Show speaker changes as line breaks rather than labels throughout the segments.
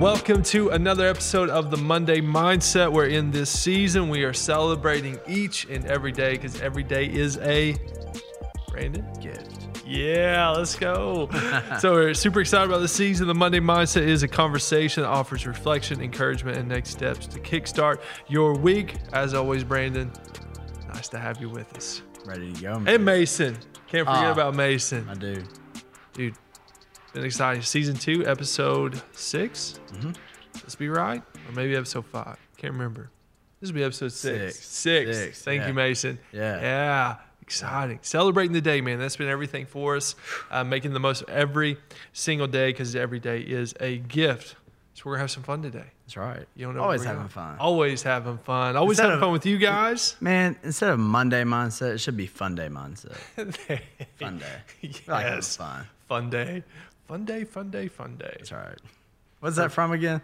Welcome to another episode of the Monday Mindset. We're in this season. We are celebrating each and every day because every day is a Brandon gift. Yeah, let's go. so we're super excited about the season. The Monday Mindset is a conversation that offers reflection, encouragement, and next steps to kickstart your week. As always, Brandon, nice to have you with us.
Ready to go. man.
And Mason. Can't forget
Ah.
about Mason.
I do.
Dude, been exciting. Season two, episode 6
Mhm.
Let's be right. Or maybe episode five. Can't remember. This will be episode six.
Six.
Six.
Six,
Thank
yeah.
you, Mason.
Yeah.
Yeah. Exciting. Celebrating the day, man. That's been everything for us. Uh, making the most of every single day because every day is a gift. So we're going to have some fun today.
That's right.
You don't know. what
Always
we're
having
gonna-
fun.
Always having fun. Always
Instead
having
of-
fun with you guys.
Man, instead of Monday mindset, it should be fun day mindset. Fun day. I like having
Yes.
fun.
Fun day. Fun day, fun day, fun day.
That's right. What's that from again?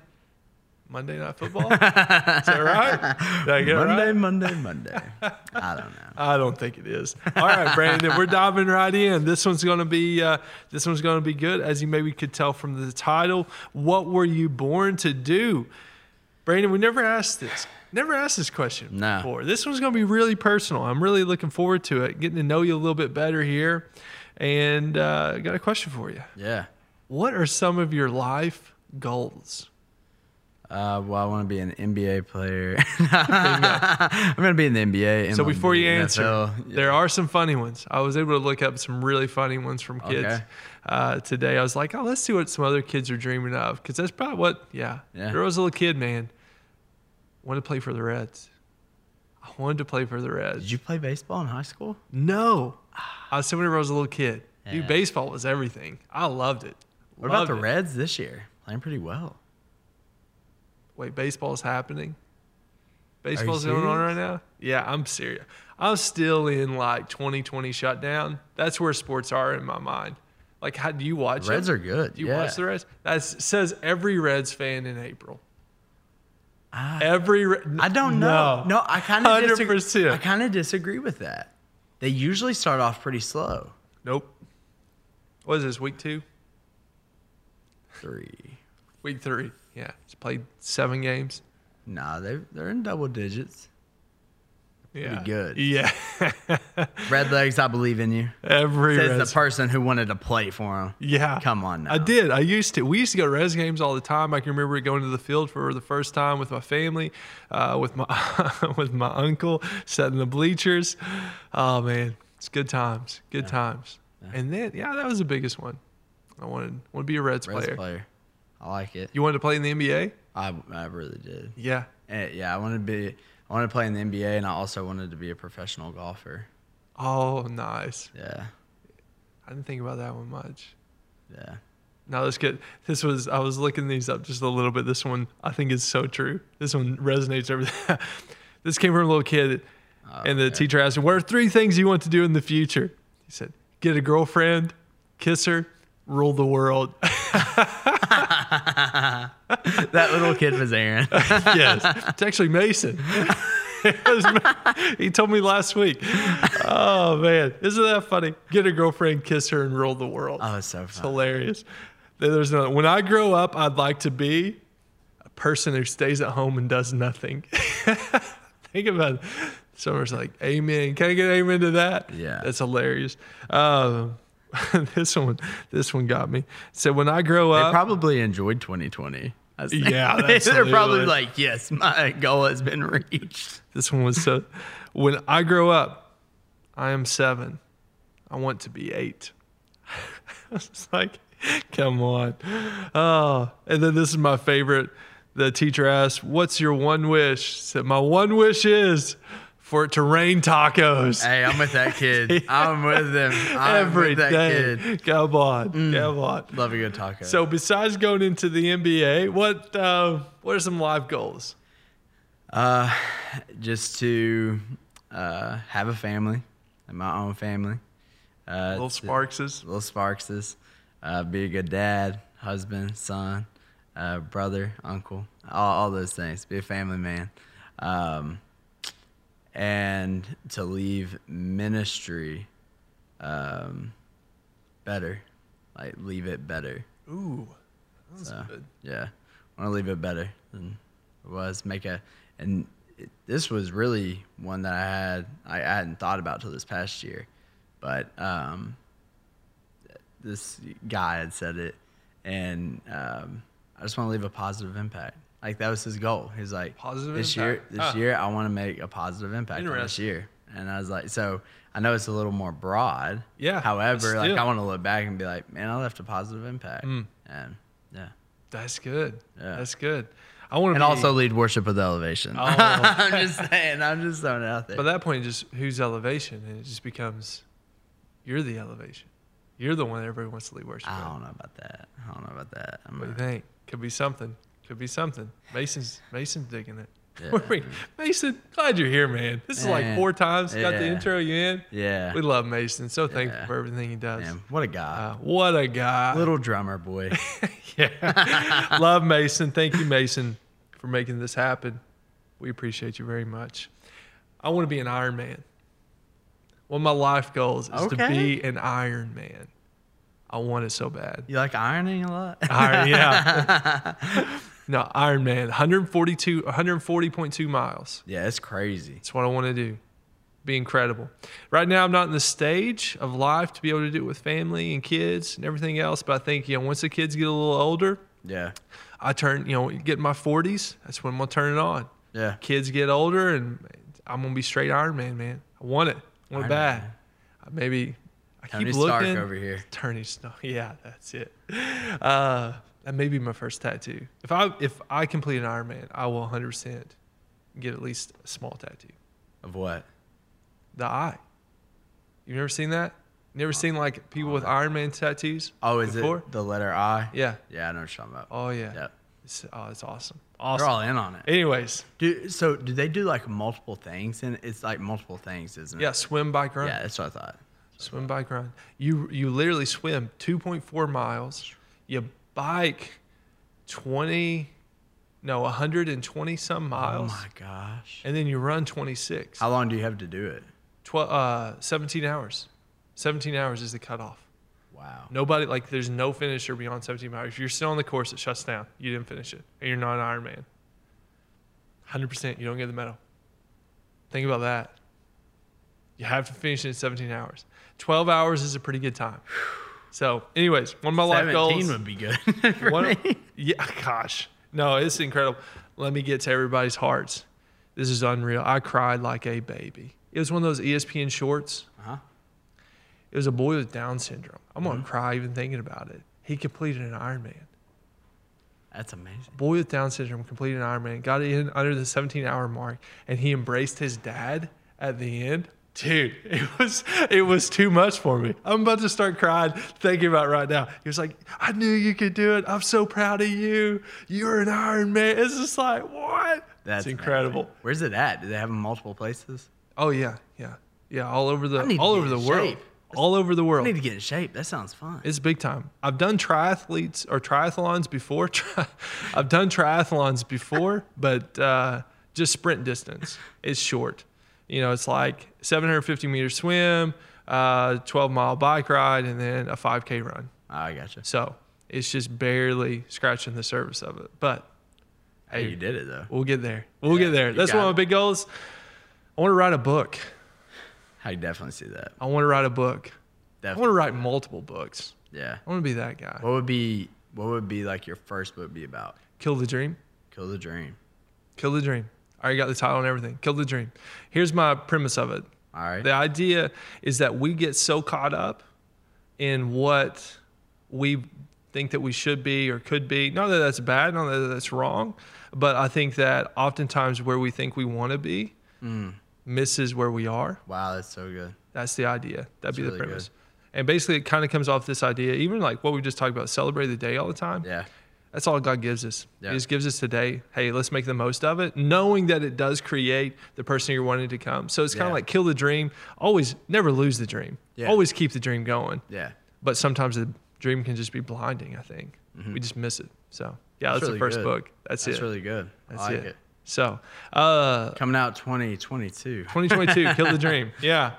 Monday Night Football. Is that right? Did I get it
Monday,
right?
Monday, Monday. I don't know.
I don't think it is. All right, Brandon, we're diving right in. This one's gonna be uh, this one's gonna be good, as you maybe could tell from the title. What were you born to do, Brandon? We never asked this. Never asked this question
No.
before. This one's gonna be really personal. I'm really looking forward to it, getting to know you a little bit better here, and uh, got a question for you.
Yeah.
What are some of your life goals?
Uh, well, I want to be an NBA player. I'm going to be in the NBA.
So before you
MLB,
answer,
NFL.
there are some funny ones. I was able to look up some really funny ones from kids
Okay.
uh, today. I was like, oh, let's see what some other kids are dreaming of, because that's probably what. Yeah.
Yeah.
there was a little kid, man, wanted to play for the Reds. I wanted to play for the Reds.
Did you play baseball in high school?
No, I said whenever I was a little kid, dude,
Yeah.
baseball was everything. I loved it.
What about the
Loved it.
Reds this year? Playing pretty well.
Wait, baseball's happening. Baseball's going on right
serious?
now. Yeah, I'm serious. I'm still in like 2020 shutdown. That's where sports are in my mind. Like, how do you watch?
Reds
them?
are good,
Do you
yeah.
watch the Reds? That says every Reds fan in April.
Ah.
every. Re-
I don't know. No, I kind of disagree.
100%.
I kind of disagree with that. They usually start off pretty slow.
Nope. What is this? Week two?
Three.
Week three? Yeah, it's played seven games.
Nah, they they're in double digits.
Yeah,
good.
Yeah,
Red legs, I believe in you.
every.
Says
Reds
the person who wanted to play for him.
Yeah.
Come on now.
I did. I used to. We used to go to Reds games all the time. I can remember going to the field for the first time with my family, uh, with my with my uncle, setting the bleachers. Oh man, it's good times. Good times. And then, yeah, that was the biggest one. I wanted want to be a Reds,
Reds
player.
player. I like it.
You wanted to play in the NBA?
I, I really did.
Yeah.
Eh, yeah, I wanted to be. I wanted to play in the NBA, and I also wanted to be a professional golfer.
Oh, nice.
Yeah,
I didn't think about that one much.
yeah.
Now let's get this was I was looking these up just a little bit. This one I think is so true. This one resonates everything. this came from a little kid and the
Okay.
teacher asked him, What are three things you want to do in the future? He said, Get a girlfriend, kiss her, rule the world.
That little kid was Aaron.
yes. It's actually Mason. It was Ma- he told me last week. Oh man, isn't that funny? Get a girlfriend, kiss her, and rule the world.
Oh, it's so
It's
fun.
hilarious. Then There's another. When I grow up, I'd like to be a person who stays at home and does nothing. Think about it. Summer's like, Amen. Can I get amen to that?
Yeah.
that's hilarious. Um, this one, this one got me. So when I grow
They
up,
probably enjoyed 2020. I think.
Yeah, that's
they're probably
hilarious.
like, yes, my goal has been reached.
this one was so. when I grow up, I am seven. I want to be eight. I was like, come on. Oh, and then this is my favorite. The teacher asked, What's your one wish? Said, My one wish is for it to rain tacos.
Hey, I'm with that kid. I'm with them. I'm
every
with that
day.
kid. Mm.
Come on. Come on.
Love a good taco.
So, besides going into the NBA, what uh, what are some life goals?
uh, just to uh, have a family, and my own family. Uh,
Little
to-
Sparkses.
little Sparkses. Uh, be a good dad, husband, son, uh, brother, uncle, all, all those things. Be a family man. Um, and to leave ministry um, better, like leave it better.
Ooh, that was
So,
good.
yeah. want to leave it better than it was. Make a and it, this was really one that I had I, I hadn't thought about till this past year, but um, this guy had said it, and um, I just want to leave a positive impact. Like that was his goal. He's like,
Positive
this
impact.
year. This
Ah.
year, I want to make a positive impact on this
Interesting.
year. And I was like, so I know it's a little more broad.
Yeah,
However,
but
like
still. Mm.
I want to look back and be like, man, I left a positive impact. And yeah.
That's good.
Yeah.
That's good. I want to
And also lead worship with elevation.
Oh.
I'm just saying. I'm just throwing it out there.
by that point, just who's elevation, and it just becomes you're the elevation. You're the one that everybody wants to lead worship.
I
at.
don't know about that. I don't know about that. I'm
What do you
not-
think? Could be something. Could be something. Mason's Mason's digging it.
Yeah.
We're bringing- Mason, glad you're here, man. This is like
Man.
four times. Got the
Yeah.
intro you in.
yeah.
We love Mason. So thankful
Yeah.
for everything he does.
Man, what a guy.
Uh, what a guy.
Little drummer boy.
yeah. Love Mason. Thank you, Mason, for making this happen. We appreciate you very much. I want to be an Iron Man. One of my life goals is to
Okay.
be an Iron Man. I want it so bad.
you like ironing a lot?
Iron, yeah. no, Iron Man, 142, 140.2 miles.
yeah, it's crazy.
It's what I want to do. Be incredible. Right now, I'm not in the stage of life to be able to do it with family and kids and everything else. But I think, you know, once the kids get a little older,
Yeah.
I turn, you know, get in my 40s. That's when I'm going to turn it on.
Yeah.
Kids get older and I'm going to be straight Iron Man, man. I want it. I want it
Iron
bad.
Man.
Maybe I
Tony
keep
Stark
looking.
over here.
Tony Stark. Yeah, that's it. Uh, that may be my first tattoo. If I if I complete an Iron Man, I will 100% get at least a small tattoo.
Of what?
The eye. You've never seen that? Never seen like people with
oh.
Iron Man tattoos?
Oh, is
before?
it the letter I?
Yeah.
Yeah, I know what you're talking about.
Oh, yeah.
Yep.
It's, oh, it's awesome.
They're
Awesome.
all in on it.
Anyways,
Do, so do they do like multiple things? And it's like multiple things, isn't it?
yeah, swim, bike, run.
Yeah, that's what I thought.
Swim, bike, run. You you literally swim 2.4 miles. You bike 20, no, 120 some
Oh
miles,
my gosh.
and then you run 26.
How long do you have to do it?
Twelve, uh, 17 hours. 17 hours is the cutoff.
Wow.
Nobody like there's no finisher beyond 17 hours. If you're still on the course, it shuts down. You didn't finish it, and you're not an Ironman. 100%, you don't get the medal. Think about that. You have to finish it in 17 hours. 12 hours is a pretty good time. So, anyways, one of my life
17
goals.
would be good. for
one,
me.
yeah, gosh, no, it's incredible. Let me get to everybody's hearts. This is unreal. I cried like a baby. It was one of those E ESPN shorts
Uh-huh.
it was a boy with Down syndrome. I'm gonna
Mm-hmm.
cry even thinking about it. He completed an Ironman.
That's amazing.
Boy with Down syndrome completed an Ironman. Got in under the 17 hour mark, and he embraced his dad at the end. Dude, it was it was too much for me. I'm about to start crying thinking about it right now. He was like, "I knew you could do it. I'm so proud of you. You're an Ironman." It's just like what?
That's
it's incredible.
amazing. Where's it at? Do they have them multiple places?
Oh yeah, yeah, yeah. All over the
I need to
all
get
over the
in
world.
shape.
All over the world.
I need to get in shape. That sounds fun.
It's big time. I've done triathletes or triathlons before. Tri- I've done triathlons before, but uh, just sprint distance. It's short. You know, it's like 750 meter swim, uh, 12 mile bike ride, and then a 5K run.
oh, I gotcha.
So it's just barely scratching the surface of it. But
Hey, you did it though.
we'll get there. We'll
Yeah,
get there.
you
That's
got
one of my
it.
big goals. I want to write a book.
I definitely see that.
I want to write a book. I want
Definitely.
to write multiple books.
Yeah.
I want to be that guy.
What would be what would be like your first book be about?
Kill the dream.
Kill the dream.
Kill the Dream. I already got the title and everything. Kill the Dream. Here's my premise of it.
All right.
The idea is that we get so caught up in what we think that we should be or could be. Not that that's bad, not that that's wrong, but I think that oftentimes where we think we want to be
Mm.
misses where we are.
wow, that's so good.
That's the idea. That'd be
really
the
good.
premise. And basically, it kind of comes off this idea, even like what we just talked about, celebrate the day all the time.
Yeah.
That's all God gives us.
Yeah.
He just gives us today. Hey, let's make the most of it, knowing that it does create the person you're wanting to come. So it's kind of
Yeah.
like kill the dream. Always, never lose the dream.
Yeah.
Always keep the dream going.
Yeah.
But sometimes the dream can just be blinding. I think we just miss it. So yeah, that's,
Mm-hmm.
the
really
first
good.
book. That's,
That's
it.
really good.
that's
I like
it.
it.
So uh,
Coming out 2022.
2022, kill the dream. Yeah,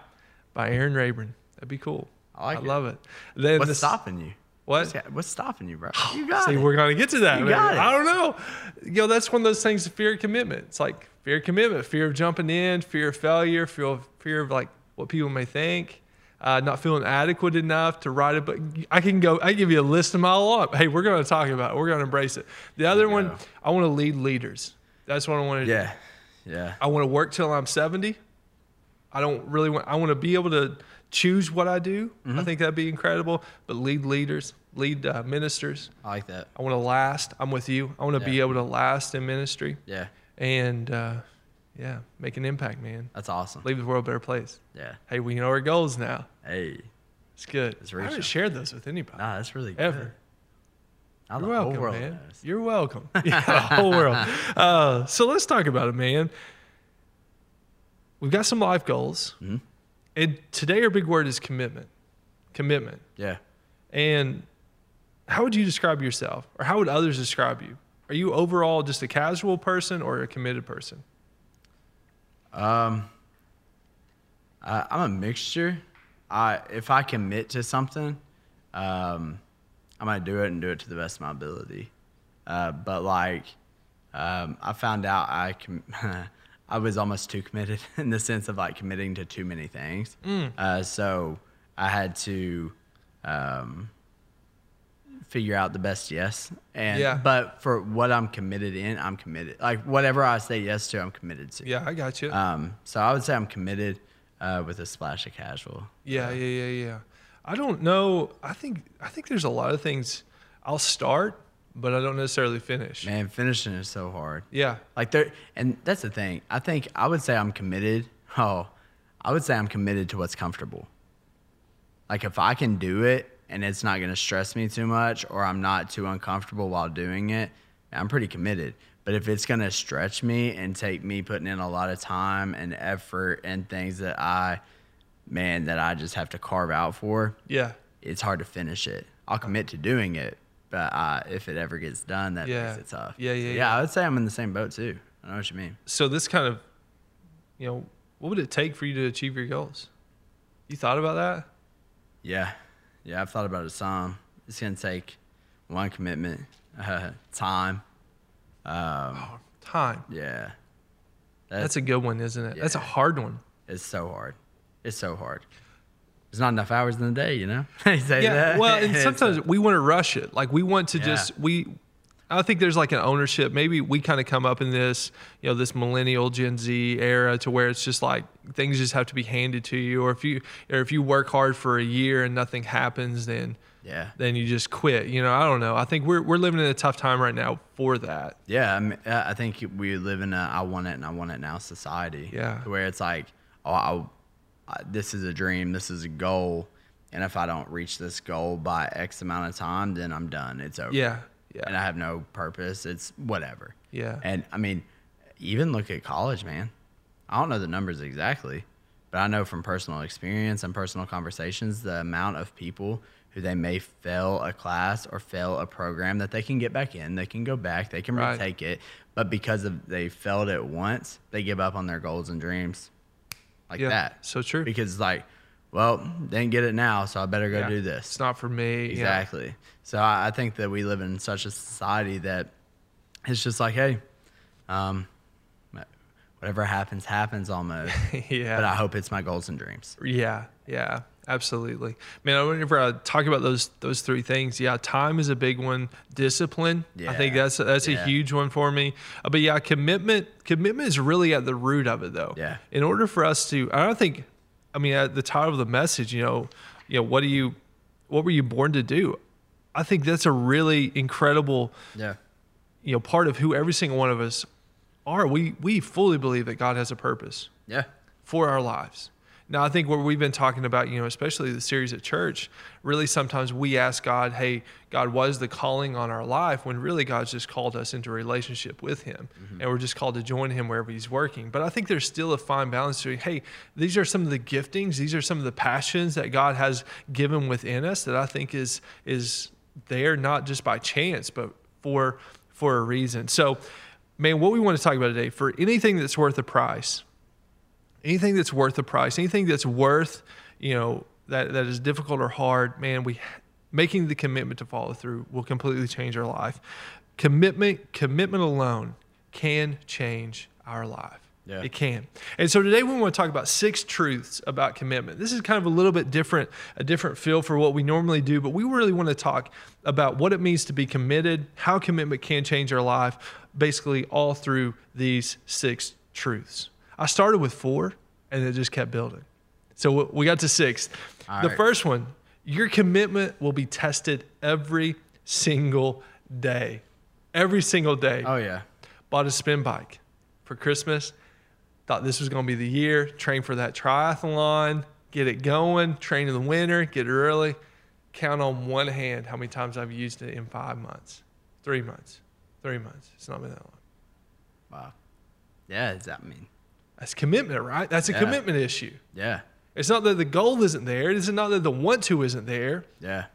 by Aaron Rayburn. That'd be cool.
I like it.
love it. Then
What's
the-
stopping you?
What?
What's- What's stopping you, bro? You got
See,
it.
we're gonna get to that.
You
man.
got it.
I don't know. You know, that's one of those things: fear of commitment. It's like fear of commitment, fear of jumping in, fear of failure, fear of fear of like what people may think, uh, not feeling adequate enough to write it. But I can go. I can give you a list of my up. Hey, we're gonna talk about. it. We're gonna embrace it. The other
we
one,
go.
I want to lead leaders. That's what I want to do.
Yeah, yeah,
I want to work till I'm 70. I don't really want, I want to be able to choose what I do. I
Mm-hmm.
think that'd be incredible. But lead leaders, lead uh, ministers.
I like that.
I want to last. I'm with you. I want to be
Yeah.
able to last in ministry
Yeah,
and, uh, yeah, make an impact, man.
that's awesome.
Leave the world a better place.
Yeah.
Hey, we know our goals now.
Hey,
It's good.
It's
I haven't
reaching.
shared those with anybody
nah, that's really
ever.
good. Now
You're
the whole
welcome,
world
man.
knows.
You're welcome. Yeah, the whole world. Uh, so let's talk about it, man. We've got some life goals.
Mhm.
And today, our big word is commitment. Commitment.
Yeah.
And how would you describe yourself, or how would others describe you? Are you overall just a casual person or a committed person?
Um, I, Uh, I'm a mixture. I if I commit to something, um, I'm gonna do it and do it to the best of my ability. Uh, but like, um, I found out I com- I was almost too committed in the sense of like committing to too many things. Uh, so I had to um, figure out the best yes. And
Yeah.
but for what I'm committed in, I'm committed. Like whatever I say yes to, I'm committed to.
Yeah, I got you.
Um, so I would say I'm committed uh, with a splash of casual.
Yeah, yeah, yeah, yeah. I don't know. I think I think there's a lot of things I'll start, but I don't necessarily finish.
Man, finishing is so hard.
Yeah,
Like there, and that's the thing. I think I would say I'm committed. Oh, I would say I'm committed to what's comfortable. Like if I can do it and it's not going to stress me too much, or I'm not too uncomfortable while doing it, I'm pretty committed. But if it's going to stretch me and take me putting in a lot of time and effort and things that I, man, that I just have to carve out for,
yeah.
it's hard to finish it. I'll commit to doing it, but uh, if it ever gets done, that
Yeah.
makes it tough.
Yeah, yeah,
So,
yeah.
I would say I'm in the same boat too. I know what you mean.
so this kind of you know what would it take for you to achieve your goals you thought about that
Yeah, yeah. I've thought about it some. It's gonna take one commitment, uh, time. Um,
oh, time
yeah,
that's a good one isn't it that's a
Yeah.
hard one
it's so hard. It's so hard. There's not enough hours in the day, you know. They say that.
well and
It's, uh,
sometimes we want to rush it like we want to
Yeah.
just we i think there's like an ownership maybe we kind of come up in this you know this millennial gen z era to where it's just like things just have to be handed to you or if you or if you work hard for a year and nothing happens then
yeah,
then you just quit you know i don't know i think we're, we're living in a tough time right now for that
Yeah, I, mean, uh, I think we live in a I want it and I want it now society.
Yeah.
to Where it's like, oh, I, I, this is a dream, this is a goal. And if I don't reach this goal by X amount of time, then I'm done. It's over.
yeah yeah
And I have no purpose. It's whatever.
Yeah.
And I mean, even look at college, man. I don't know the numbers exactly, but I know from personal experience and personal conversations the amount of people who they may fail a class or fail a program that they can get back in, they can go back, they can
Right.
retake it, but because of they failed it once, they give up on their goals and dreams like
yeah.
that.
So true.
Because like, well, they didn't get it now, so I better go
Yeah.
do this.
It's not for me. Yeah.
Exactly. So I, I think that we live in such a society that it's just like, hey, um, whatever happens, happens almost.
yeah.
But I hope it's my goals and dreams.
yeah. Yeah. Absolutely. Man, whenever I uh, talk about those those three things, yeah, time is a big one. Discipline. I think
Yeah.
that's that's a
Yeah.
huge one for me. Uh, but yeah, commitment commitment is really at the root of it though.
Yeah.
In order for us to I don't think I mean at the title of the message, you know, you know, what do you what were you born to do? I think that's a really incredible
Yeah.
you know part of who every single one of us are we we fully believe that god has a purpose
Yeah.
for our lives now i think what we've been talking about you know especially the series at church really sometimes we ask god hey god what is the calling on our life when really god's just called us into a relationship with him and we're just called to join him wherever he's working but i think there's still a fine balance to hey these are some of the giftings these are some of the passions that god has given within us that i think is is there not just by chance but for for a reason so man what we want to talk about today for anything that's worth a price anything that's worth the price anything that's worth you know that that is difficult or hard man we making the commitment to follow through will completely change our life. Commitment, commitment alone can change our life.
Yeah.
It can. And so today we want to talk about six truths about commitment. This is kind of a little bit different, a different feel for what we normally do, but we really want to talk about what it means to be committed, how commitment can change our life, basically all through these six truths. I started with four and it just kept building. So we- we got to six.
All
the
right.
first one, your commitment will be tested every single day. Every single day
Oh yeah.
bought a spin bike for Christmas. Thought this was going to be the year. Train for that triathlon, get it going, train in the winter, get it early. Count on one hand how many times I've used it in five months, three months, three months. It's not been that long.
Wow. Yeah, does that mean?
That's commitment, right? That's a
Yeah.
commitment issue.
Yeah.
It's not that the goal isn't there. It's not that the want to isn't there,
Yeah.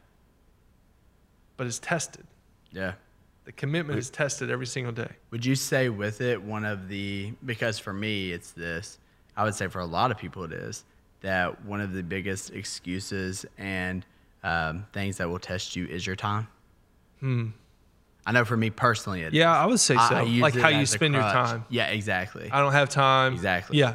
but it's tested.
Yeah.
The commitment is tested every single day.
Would you say with it one of the because for me it's this, I would say for a lot of people it is that one of the biggest excuses and um, things that will test you is your time. Hmm. I know for me personally, it
Yeah, I would say so.
I- I use
like
it
how you
as a
spend your
crutch.
time.
Yeah, exactly.
I don't have time.
Exactly.
Yeah.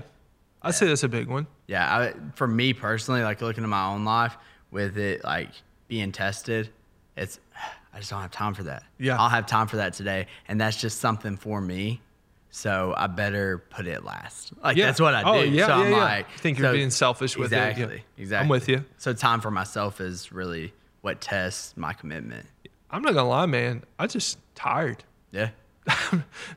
I'd say that's a big one.
yeah, I, for me personally, like looking at my own life with it like being tested, it's I just don't have time for that.
Yeah.
I'll have time for that today, and that's just something for me. So I better put it last. Like
Yeah.
that's what I
Oh,
do.
yeah,
so I'm
yeah, yeah.
like,
I think you're
so-
being selfish with it, yeah.
exactly, Exactly.
I'm with you.
So time for myself is really what tests my commitment.
I'm not gonna lie, man. I just tired.
Yeah.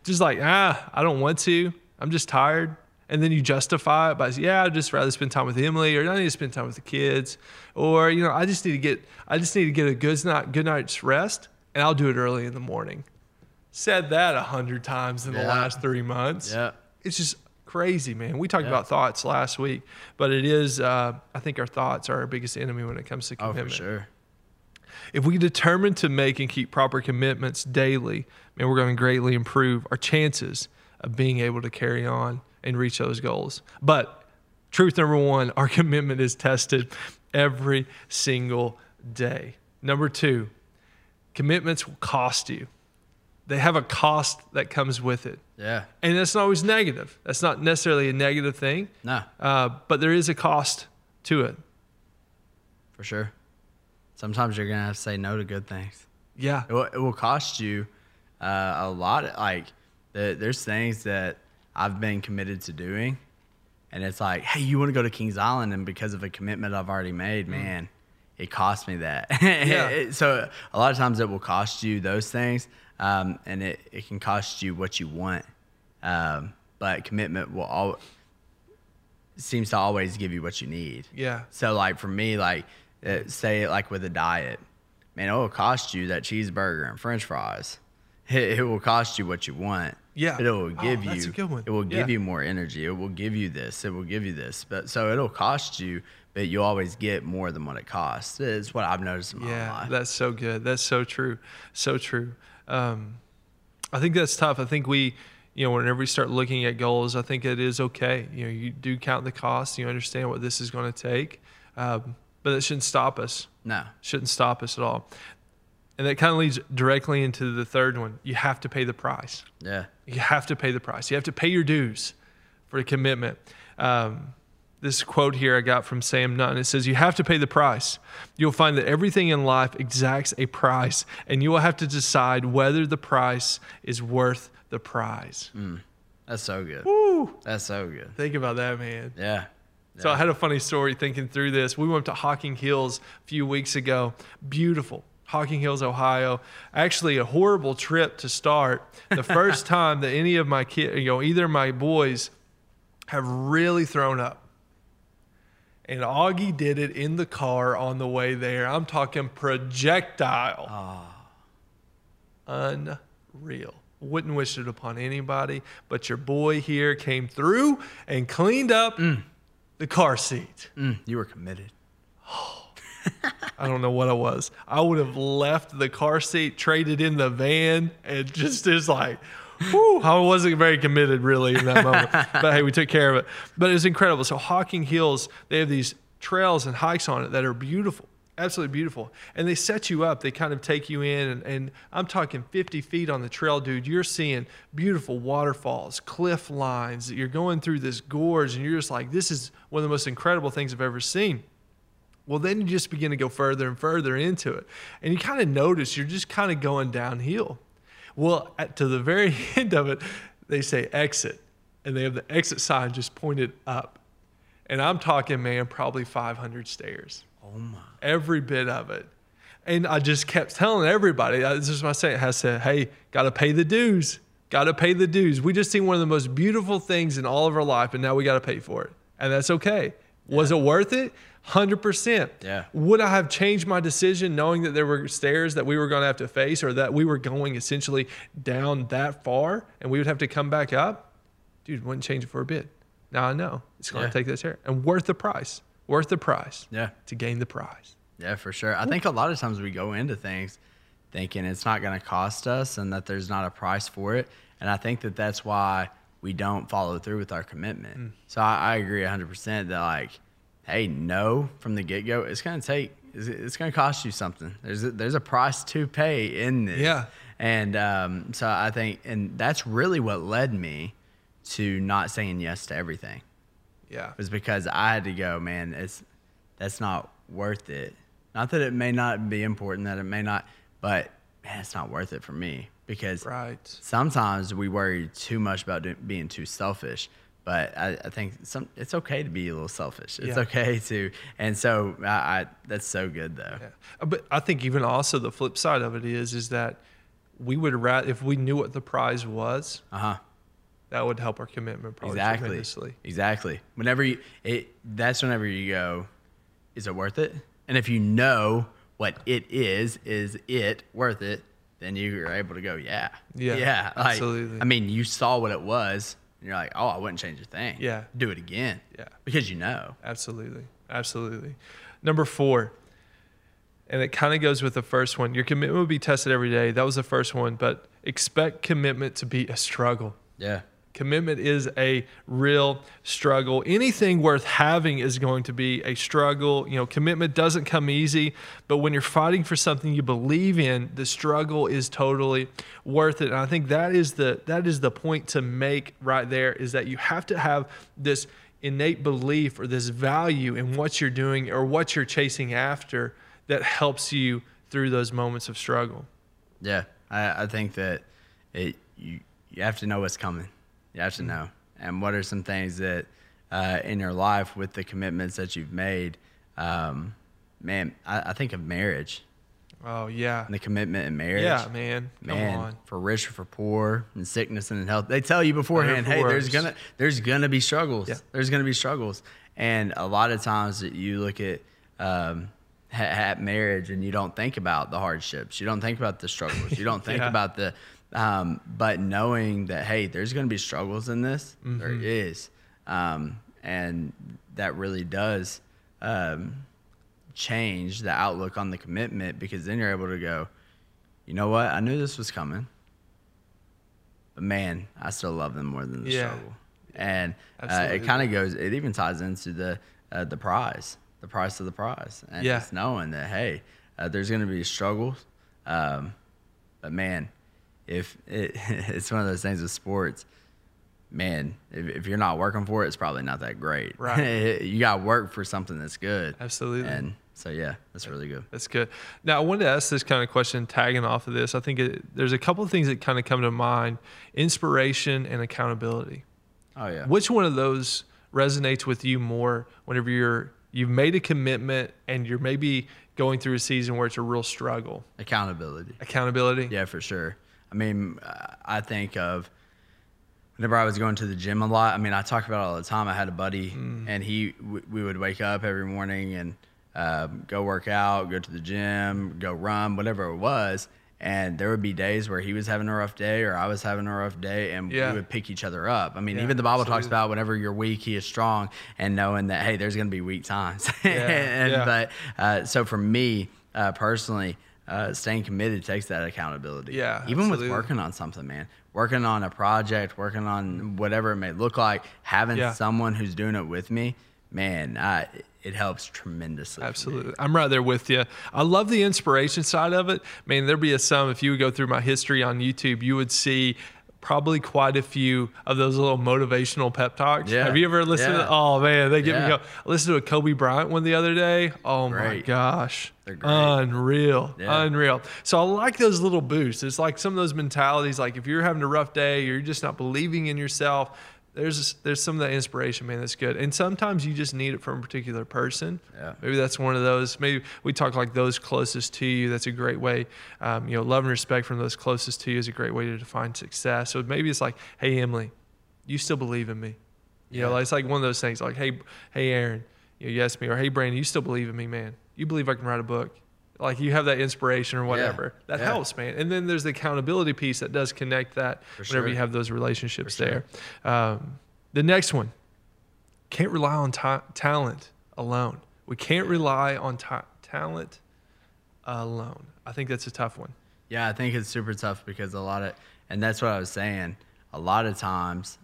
just like ah, I don't want to. I'm just tired. And then you justify it by yeah, I'd just rather spend time with Emily, or I need to spend time with the kids, or you know, I just need to get I just need to get a good night good night's rest, and I'll do it early in the morning. Said that a hundred times in the
Yeah.
last three months.
Yeah.
It's just crazy, man. We talked
Yeah.
about thoughts last week, but it is uh, I think our thoughts are our biggest enemy when it comes to
Oh,
commitment.
for sure.
If we determine to make and keep proper commitments daily, man, we're going to greatly improve our chances of being able to carry on and reach those goals. But truth number one, our commitment is tested every single day. Number two, commitments will cost you. They have a cost that comes with it.
Yeah.
And that's not always negative. That's not necessarily a negative thing,
No,
uh, but there is a cost to it.
for sure. Sometimes you're gonna have to say no to good things.
Yeah.
It will, it will cost you uh, a lot. Like the, there's things that I've been committed to doing, and it's like, hey, you want to go to Kings Island, and because of a commitment I've already made, man, it cost me that.
Mm. Yeah.
so a lot of times it will cost you those things, um, and it, it can cost you what you want. Um, but commitment will all seems to always give you what you need.
Yeah.
So like for me, like uh, say like with a diet, man, it will cost you that cheeseburger and French fries. It, it will cost you what you want.
Yeah.
But it will
Oh,
give you.
that's a good one.
It will give
Yeah.
you more energy. It will give you this. It will give you this. But so it'll cost you, but you always get more than what it costs. It's what I've noticed in my
Yeah,
life.
that's so good. That's so true. So true. Um, I think that's tough. I think we, you know, whenever we start looking at goals, I think it is okay. You know, you do count the cost. You understand what this is going to take, um, but it shouldn't stop us.
no.
Shouldn't stop us at all. And that kind of leads directly into the third one. You have to pay the price.
Yeah.
You have to pay the price. You have to pay your dues for the commitment. Um, this quote here I got from Sam Nunn. It says, You have to pay the price. You'll find that everything in life exacts a price, and you will have to decide whether the price is worth the prize.
That's so good.
Woo!
That's so good.
Think about that, man.
Yeah.
So I had a funny story thinking through this. We went to Hocking Hills a few weeks ago. Beautiful. Hocking Hills, Ohio. Actually, a horrible trip to start. The first time that any of my kids, you know, either of my boys have really thrown up. And Augie did it in the car on the way there. I'm talking projectile. Unreal. Wouldn't wish it upon anybody, but your boy here came through and cleaned up the car seat.
Mm, you were committed.
I don't know what I was. I would have left the car seat, traded in the van, and just is like, whew, I wasn't very committed really in that moment. but hey, we took care of it. But it was incredible. So Hocking Hills, they have these trails and hikes on it that are beautiful. absolutely beautiful. And they set you up. They kind of take you in, and, and I'm talking 50 feet on the trail, dude. You're seeing beautiful waterfalls, cliff lines. You're going through this gorge, and you're just like, this is one of the most incredible things I've ever seen. Well, then you just begin to go further and further into it, and you kind of notice you're just kind of going downhill. Well, at, to the very end of it, they say exit, and they have the exit sign just pointed up. And I'm talking, man, probably 500 stairs
Oh my.
every bit of it. And I just kept telling everybody, I- this is my saying, I said, hey, got to pay the dues. Got to pay the dues. We just seen one of the most beautiful things in all of our life, and now we got to pay for it. And that's okay. Was it worth it? 100%.
Yeah.
Would I have changed my decision knowing that there were stairs that we were going to have to face or that we were going essentially down that far and we would have to come back up? Dude, wouldn't change it for a bit. Now I know it's going to
Yeah.
take that chair and worth the price. Worth the price
Yeah.
to gain the prize.
Yeah, for sure. I think a lot of times we go into things thinking it's not going to cost us and that there's not a price for it. And I think that that's why we don't follow through with our commitment. So I, I agree 100% that, like, hey, no, from the get go, it's going to take, it's, it's going to cost you something. There's a, there's a price to pay in this.
Yeah.
And um, so I think, and that's really what led me to not saying yes to everything
Yeah.
was because I had to go, man, it's that's not worth it. Not that it may not be important, that it may not, but man, it's not worth it for me because
Right.
sometimes we worry too much about do, being too selfish. But I, I think some it's okay to be a little selfish. It's
Yeah.
okay to, and so I, I that's so good though.
Yeah. But I think even also the flip side of it is is that we would rather if we knew what the prize was,
Uh huh.
that would help our commitment probably
Exactly.
tremendously.
Exactly. Whenever you, it, that's whenever you go, is it worth it? And if you know what it is, is it worth it? Then you are able to go, yeah,
Yeah,
yeah. Like,
absolutely.
I mean, you saw what it was, and you're like, oh, I wouldn't change a thing.
Yeah.
do it again.
Yeah.
because you know.
Absolutely. Absolutely. Number four. And it kind of goes with the first one. Your commitment would be tested every day. That was the first one, but expect commitment to be a struggle.
Yeah,
Commitment is a real struggle. Anything worth having is going to be a struggle. You know, commitment doesn't come easy, but when you're fighting for something you believe in, the struggle is totally worth it. And I think that is the that is the point to make right there is that you have to have this innate belief or this value in what you're doing or what you're chasing after that helps you through those moments of struggle.
Yeah, I, I think that it you you have to know what's coming. You have to know, and what are some things that uh, in your life with the commitments that you've made, um, man. I, I think of marriage
Oh yeah.
and the commitment in marriage.
Yeah, man. Come
Man,
on.
for rich or for poor, in sickness and in health, they tell you beforehand,
Better or
hey, there's
worse.
gonna there's gonna be struggles.
Yeah.
There's gonna be struggles, and a lot of times that you look at um, ha- at marriage and you don't think about the hardships, you don't think about the struggles, you don't think
Yeah.
about the, um, but knowing that hey, there's gonna be struggles in this, there
Mm-hmm.
is, um, and that really does. Um, change the outlook on the commitment because then you're able to go, you know what? I knew this was coming, but man, I still love them more than the
Yeah.
struggle. And uh,
Absolutely.
it kind of goes. It even ties into the uh, the prize, the price of the prize, and
Yeah.
just knowing that hey, uh, there's going to be struggles, um, but man, if it, it's one of those things with sports, man, if, if you're not working for it, it's probably not that great.
Right.
you got to work for something that's good.
Absolutely.
And so yeah, that's really good.
That's good. Now, I wanted to ask this kind of question, tagging off of this. I think it, there's a couple of things that kind of come to mind inspiration and accountability.
Oh yeah.
Which one of those resonates with you more whenever you're, you've made a commitment and you're maybe going through a season where it's a real struggle?
Accountability.
Accountability?
Yeah, for sure. I mean, uh, I think of whenever I was going to the gym a lot. I mean, I talk about it all the time. I had a buddy,
Mm.
and he w- we would wake up every morning and um, go work out, go to the gym, go run, whatever it was. And there would be days where he was having a rough day or I was having a rough day, and
Yeah.
we would pick each other up. I mean,
Yeah,
even the Bible talks
absolutely.
about whenever you're weak, he is strong, and knowing that hey, there's going to be weak times. and,
yeah.
But uh, so for me uh, personally, uh, staying committed takes that accountability.
Yeah,
Even
absolutely.
with working on something, man, working on a project, working on whatever it may look like, having
Yeah.
someone who's doing it with me, man, I it helps tremendously. for me.
Absolutely. I'm right there with you. I love the inspiration side of it. Man, there'd be a some, if you would go through my history on YouTube, you would see probably quite a few of those little motivational pep talks.
Yeah.
Have you ever listened
Yeah.
to Oh man, they get me
Yeah.
go. I listened to a Kobe Bryant one the other day. Oh my
Great.
gosh. Uh,
They're great.
Unreal.
Yeah.
Unreal. So I like those little boosts. It's like some of those mentalities, like if you're having a rough day, you're just not believing in yourself. There's, there's some of that inspiration, man. That's good. And sometimes you just need it from a particular person.
Yeah.
Maybe that's one of those. Maybe we talk like those closest to you. That's a great way. Um, you know, love and respect from those closest to you is a great way to define success. So maybe it's like, hey, Emily, you still believe in me. You know,
Yeah.
like, it's like one of those things. Like, hey, hey, Aaron, you know, yes me, or hey, Brandon, you still believe in me, man. You believe I can write a book. Like you have that inspiration or whatever. That
Yeah.
helps, man. And then there's the accountability piece that does connect that whenever
sure.
you have those relationships there. Um, the next one, can't rely on ta- talent alone. We can't rely on ta- talent alone. I think that's a tough one.
Yeah, I think it's super tough because a lot of, and that's what I was saying. A lot of times,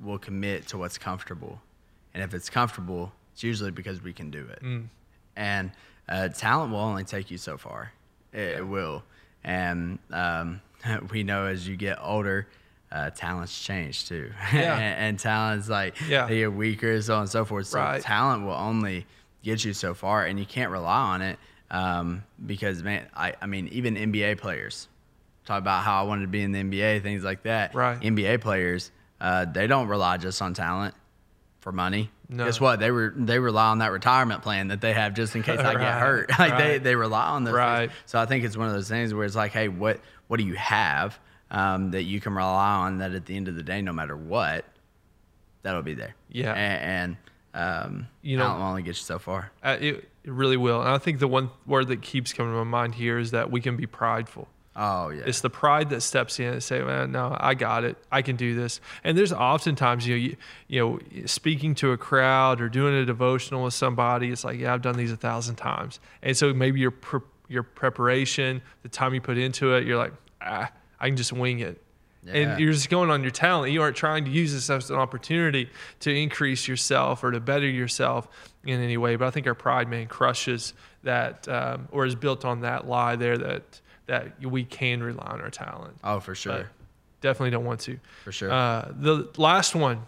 we'll commit to what's comfortable, and if it's comfortable, it's usually because we can do it.
Mm.
And uh, talent will only take you so far. It, it will, and um, we know as you get older, uh, talents change too.
Yeah.
and, and talents like
Yeah.
they get weaker, so on and so forth. So
Right.
talent will only get you so far, and you can't rely on it um, because, man, I, I mean, even NBA players talk about how I wanted to be in the NBA, things like that.
Right.
NBA players, uh, they don't rely just on talent for money.
No.
Guess what? They were they rely on that retirement plan that they have just in case I
Right,
get hurt. Like they,
right.
they rely on those
Right.
things. So I think it's one of those things where it's like, hey, what what do you have um, that you can rely on that at the end of the day, no matter what, that'll be there.
Yeah.
A- And, um,
You
you
know-
know, talent only gets you so far.
Uh, it, it really will. And I think the one word that keeps coming to my mind here is that we can be prideful.
Oh yeah.
It's the pride that steps in and say, "Man, no, I got it. I can do this." And there's oftentimes, you know, you, you know, speaking to a crowd or doing a devotional with somebody, it's like, "Yeah, I've done these a thousand times." And so maybe your pre- your preparation, the time you put into it, you're like, ah, "I can just wing it."
Yeah.
And you're just going on your talent. You aren't trying to use this as an opportunity to increase yourself or to better yourself in any way. But I think our pride, man, crushes that um, or is built on that lie there that that we can rely on our talent.
oh for sure.
But definitely don't want to.
for sure.
Uh, the last one,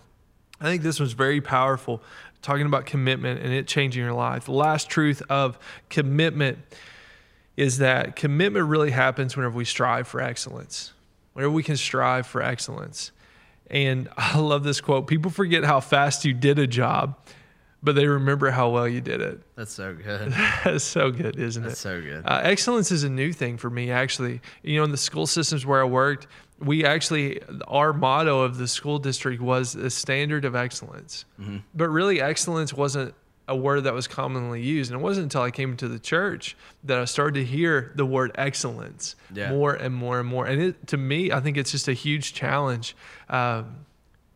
I think this one's very powerful, talking about commitment and it changing your life. The last truth of commitment is that commitment really happens whenever we strive for excellence, whenever we can strive for excellence. And I love this quote people forget how fast you did a job, but they remember how well you did it.
That's so good.
That's so good, isn't it?
That's so good.
Uh, excellence is a new thing for me, actually. You know, in the school systems where I worked, we actually, our motto of the school district was a standard of excellence.
Mm-hmm.
But really, excellence wasn't a word that was commonly used. And it wasn't until I came into the church that I started to hear the word excellence
Yeah.
more and more and more. And it, to me, I think it's just a huge challenge. Um,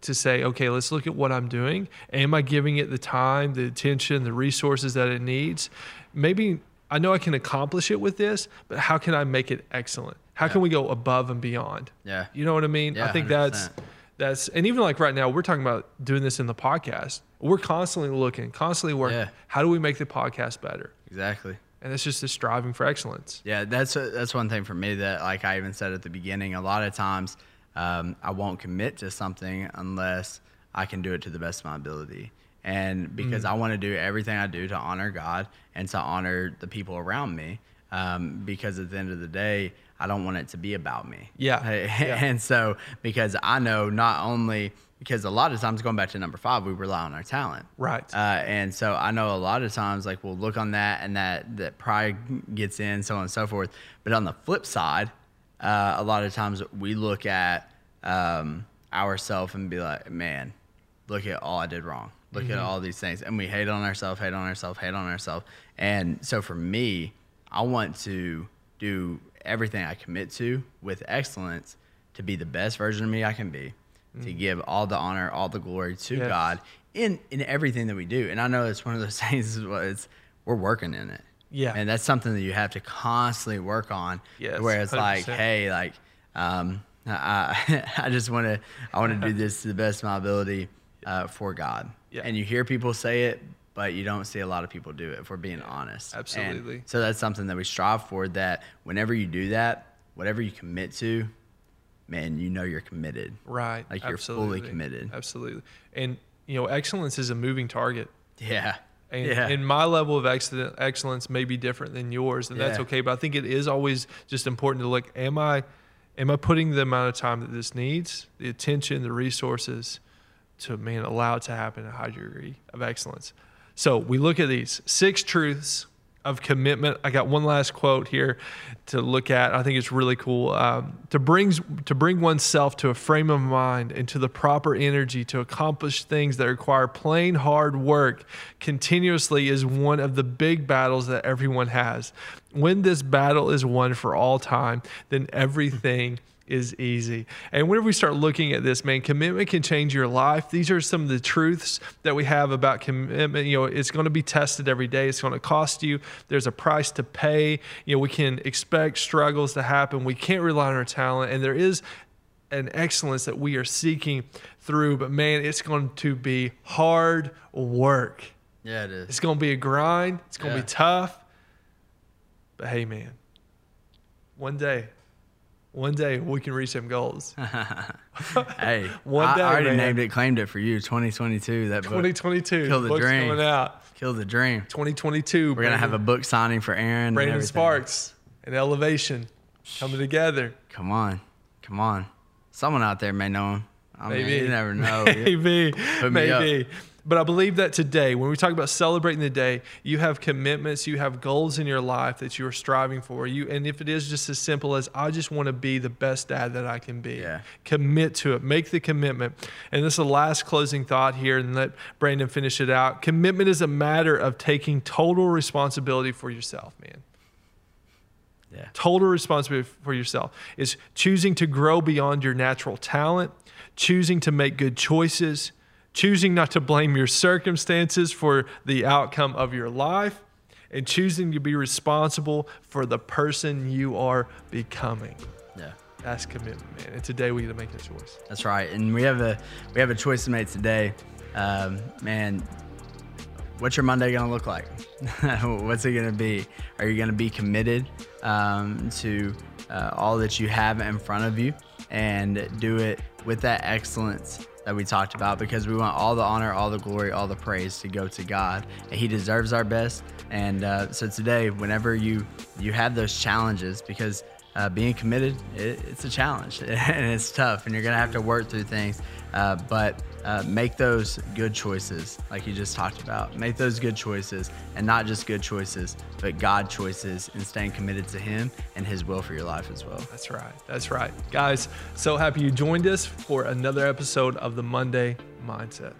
to say, okay, let's look at what I'm doing. Am I giving it the time, the attention, the resources that it needs? Maybe I know I can accomplish it with this, but how can I make it excellent? How can we go above and beyond?
Yeah.
You know what I mean? I
Yeah,
think that's
100%.
that's and even like right now we're talking about doing this in the podcast. We're constantly looking, constantly working.
Yeah.
How do we make the podcast better?
Exactly.
And it's just this striving for excellence.
Yeah, that's that's one thing for me that like I even said at the beginning. A lot of times, um, I won't commit to something unless I can do it to the best of my ability, and because
Mm.
I want to do everything I do to honor God and to honor the people around me. Um, because at the end of the day, I don't want it to be about me.
Yeah, yeah.
and so because I know not only because a lot of times going back to number five, we rely on our talent.
Right.
Uh, and so I know a lot of times, like we'll look on that, and that that pride gets in, so on and so forth. But on the flip side, uh, a lot of times we look at um, ourselves and be like, "Man, look at all I did wrong. Look
Mm-hmm.
at all these things," and we hate on ourselves, hate on ourselves, hate on ourselves. And so for me, I want to do everything I commit to with excellence to be the best version of me I can be, to give all the honor, all the glory to
Mm. Yes.
God in in everything that we do. And I know it's one of those things is what it's we're working in it.
Yeah.
And that's something that you have to constantly work on.
Yes,
Where it's like,
100%.
hey, like, um, I I just wanna I wanna do this to the best of my ability uh, for God.
Yeah.
And you hear people say it, but you don't see a lot of people do it, if we're being honest. And
absolutely.
so that's something that we strive for that whenever you do that, whatever you commit to, man, you know you're committed.
Right.
Like you're fully
absolutely,
committed.
Absolutely. And, you know, excellence is a moving target.
Yeah.
And,
yeah.
and my level of excellence, excellence may be different than yours, and that's
Yeah.
okay. But I think it is always just important to look: am I, am I putting the amount of time that this needs, the attention, the resources, to man allow it to happen a high degree of excellence. So we look at these six truths of commitment. I got one last quote here to look at. I think it's really cool um, to brings to bring oneself to a frame of mind and to the proper energy to accomplish things that require plain hard work continuously is one of the big battles that everyone has. When this battle is won for all time, then everything is easy. And whenever we start looking at this, man, commitment can change your life. These are some of the truths that we have about commitment. You know, it's going to be tested every day. It's going to cost you. There's a price to pay. You know, we can expect struggles to happen. We can't rely on our talent. And there is an excellence that we are seeking through, but man, it's going to be hard work.
yeah, it is.
It's going to be a grind. It's going to
Yeah.
be tough. But hey, man, one day, one day we can reach them goals.
Hey,
One
I
day,
already
man.
named it, claimed it for you. 2022. That book,
2022.
Kill the
book's
dream.
coming out.
Kill the Dream.
2022.
We're gonna have a book signing for Aaron. and
Brandon
everything.
Sparks and Elevation coming together.
Come on, come on. Someone out there may know him. I mean,
Maybe.
you never know.
maybe,
Put Oh, me up.
maybe. But I believe that today, when we talk about celebrating the day, you have commitments, you have goals in your life that you are striving for. You, and if it is just as simple as I just want to be the best dad that I can be,
Yeah.
commit to it, make the commitment. And this is the last closing thought here, and let Brandon finish it out. Commitment is a matter of taking total responsibility for yourself, man
yeah,
total responsibility for yourself is choosing to grow beyond your natural talent, choosing to make good choices, choosing not to blame your circumstances for the outcome of your life, and choosing to be responsible for the person you are becoming.
yeah.
That's commitment, man. And today we get to make a choice.
That's right. And we have a we have a choice to make today. Um, man, what's your Monday gonna look like? what's it gonna be? Are you gonna be committed um, to uh, all that you have in front of you and do it with that excellence? That we talked about because we want all the honor, all the glory, all the praise to go to God, and He deserves our best. And uh, so today, whenever you you have those challenges, because uh, being committed, it, it's a challenge and it's tough, and you're gonna have to work through things. Uh, but uh, make those good choices, like you just talked about. Make those good choices, and not just good choices, but God choices, and staying committed to Him and His will for your life as well.
That's right. That's right. Guys, so happy you joined us for another episode of the Monday Mindset.